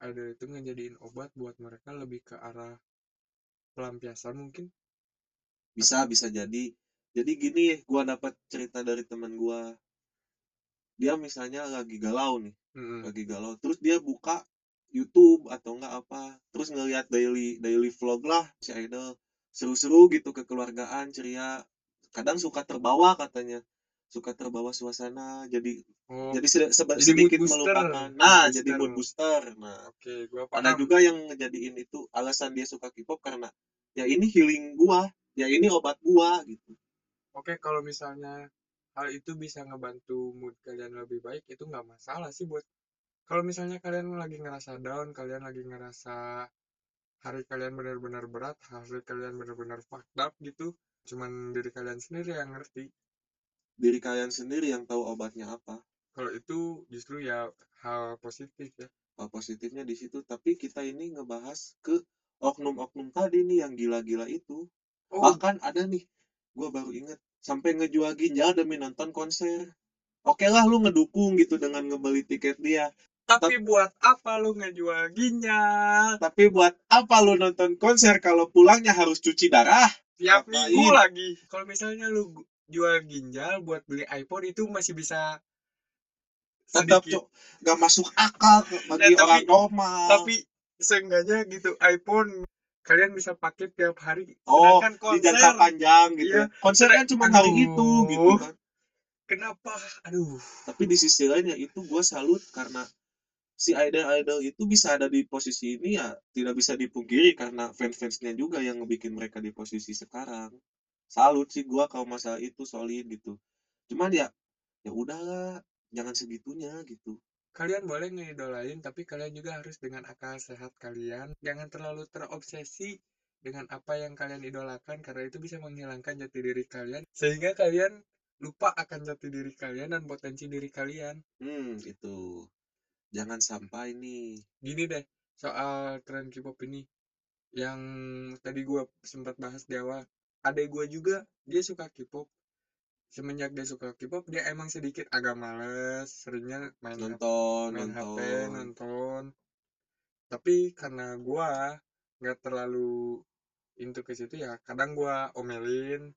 ada itu ngejadiin obat buat mereka lebih ke arah pelampiasan mungkin
bisa
atau
bisa jadi jadi gini gua dapat cerita dari teman gua dia misalnya lagi galau nih
Mm-mm.
lagi galau terus dia buka YouTube atau enggak apa terus ngelihat daily daily vlog lah si idol seru-seru gitu kekeluargaan ceria kadang suka terbawa katanya suka terbawa suasana jadi
oh
jadi sedi- sebe-
jadi mood
sedikit
booster
melupakan
mood
nah jadi
booster
mood booster nah
oke gua
ada
paham
juga yang ngejadiin itu alasan dia suka K-pop karena ya ini healing gua ya ini obat gua gitu
Oke, kalau misalnya hal itu bisa ngebantu mood kalian lebih baik, itu nggak masalah sih buat. Kalau misalnya kalian lagi ngerasa down, kalian lagi ngerasa hari kalian benar-benar berat, hari kalian benar-benar fucked up gitu, cuman diri kalian sendiri yang ngerti.
diri kalian sendiri yang tahu obatnya apa
Kalau itu justru ya hal positif ya.
hal eh, positifnya di situ tapi kita ini ngebahas ke oknum-oknum tadi nih yang gila-gila itu
Oh,
bahkan ada nih gua baru ingat sampai ngejual ginjal demi nonton konser oke lah lu ngedukung gitu dengan ngebeli tiket dia
tapi
Ta-
buat apa lu ngejual ginjal?
tapi buat apa lu nonton konser kalau pulangnya harus cuci darah
Tiap minggu
ngapain
lagi. Kalau misalnya lu gu- jual ginjal buat beli iPhone itu masih bisa
tetap
sedikit
cok gak masuk akal ke-
Eh,
bagi
tapi
orang normal
tapi seenggaknya gitu iPhone kalian bisa pakai tiap hari
oh
sedangkan
di jangka
konser
panjang gitu
iya
ya konser
tre
kan cuma hari itu gitu
aduh
kan
kenapa aduh
tapi di sisi lain ya itu gua salut karena si idol-idol itu bisa ada di posisi ini ya tidak bisa dipungkiri karena fans-fansnya juga yang ngebikin mereka di posisi sekarang. Salut sih gua kalau masalah itu solid gitu. Cuman ya ya udahlah, jangan segitunya gitu.
kalian boleh ngeidolain tapi kalian juga harus dengan akal sehat kalian jangan terlalu terobsesi dengan apa yang kalian idolakan karena itu bisa menghilangkan jati diri kalian sehingga kalian lupa akan jati diri kalian dan potensi diri kalian
Hmm, itu. Jangan sampai nih.
gini deh soal tren K-pop ini yang tadi gua sempat bahas di awal adek gua juga dia suka K-pop semenjak dia suka K-pop dia emang sedikit agak males seringnya main H-
Nonton,
main HP
nonton.
nonton tapi karena gua nggak terlalu into ke situ ya kadang gua omelin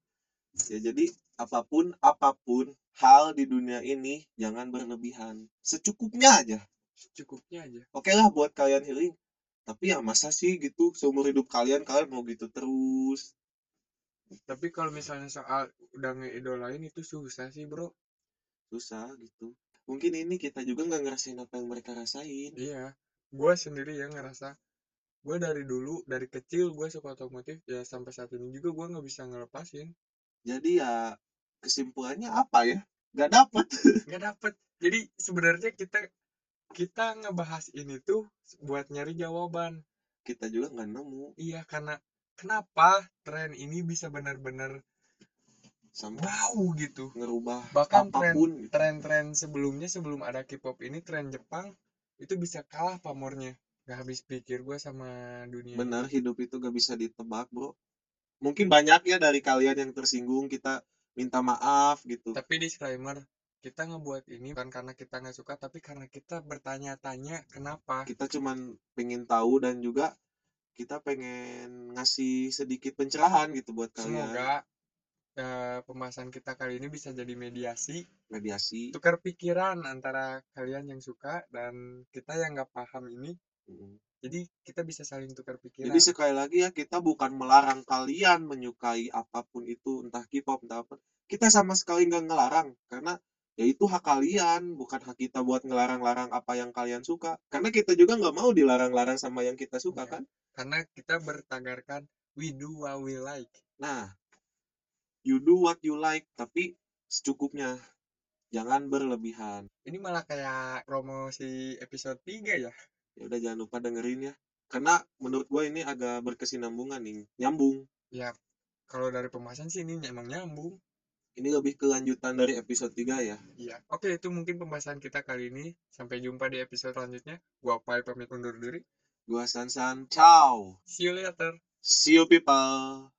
Ya jadi apapun apapun hal di dunia ini jangan berlebihan. Secukupnya aja.
secukupnya aja
Oke lah buat kalian healing. Tapi ya masa sih gitu seumur hidup kalian kalian mau gitu terus.
tapi kalau misalnya soal udah ngeidolain itu susah sih bro
susah gitu mungkin ini kita juga nggak ngerasain apa yang mereka rasain
iya gua sendiri yang ngerasa gua dari dulu dari kecil gua suka otomotif ya sampai saat ini juga gua nggak bisa ngelepasin
jadi ya kesimpulannya apa ya nggak dapet
nggak dapet jadi sebenarnya kita kita ngebahas ini tuh buat nyari jawaban
kita juga nggak nemu
iya karena kenapa tren ini bisa benar-benar
sama
bau gitu
ngerubah
bahkan tren
apapun gitu
tren-tren sebelumnya sebelum ada K-pop ini tren Jepang itu bisa kalah pamornya nggak habis pikir gua sama dunia
benar
ini
hidup itu nggak bisa ditebak bro mungkin banyak ya dari kalian yang tersinggung kita minta maaf gitu
tapi disclaimer kita ngebuat ini bukan karena kita nggak suka tapi karena kita bertanya-tanya kenapa
kita cuman pengen tahu dan juga kita pengen ngasih sedikit pencerahan gitu buat kalian
semoga eh, pembahasan kita kali ini bisa jadi mediasi
mediasi
tukar pikiran antara kalian yang suka dan kita yang nggak paham ini
Mm.
jadi kita bisa saling tukar
Jadi
pikiran
sekali lagi ya kita bukan melarang kalian menyukai apapun itu entah K-pop entah apa. Kita sama sekali nggak ngelarang karena ya itu hak kalian bukan hak kita buat ngelarang-larang apa yang kalian suka. Karena kita juga nggak mau dilarang-larang sama yang kita suka
Iya.
kan.
karena kita bertagarkan we do what we like
Nah you do what you like tapi secukupnya jangan berlebihan
Ini malah kayak promosi episode 3 ya.
ya udah jangan lupa dengerin ya karena menurut gue ini agak berkesinambungan nih nyambung
Ya, kalau dari pembahasan sih ini emang nyambung.
ini lebih kelanjutan dari episode 3 ya
Iya. Oke, itu mungkin pembahasan kita kali ini. Sampai jumpa di episode selanjutnya. Gua Pai pamit undur diri.
gue sansan ciao
See you later.
see you people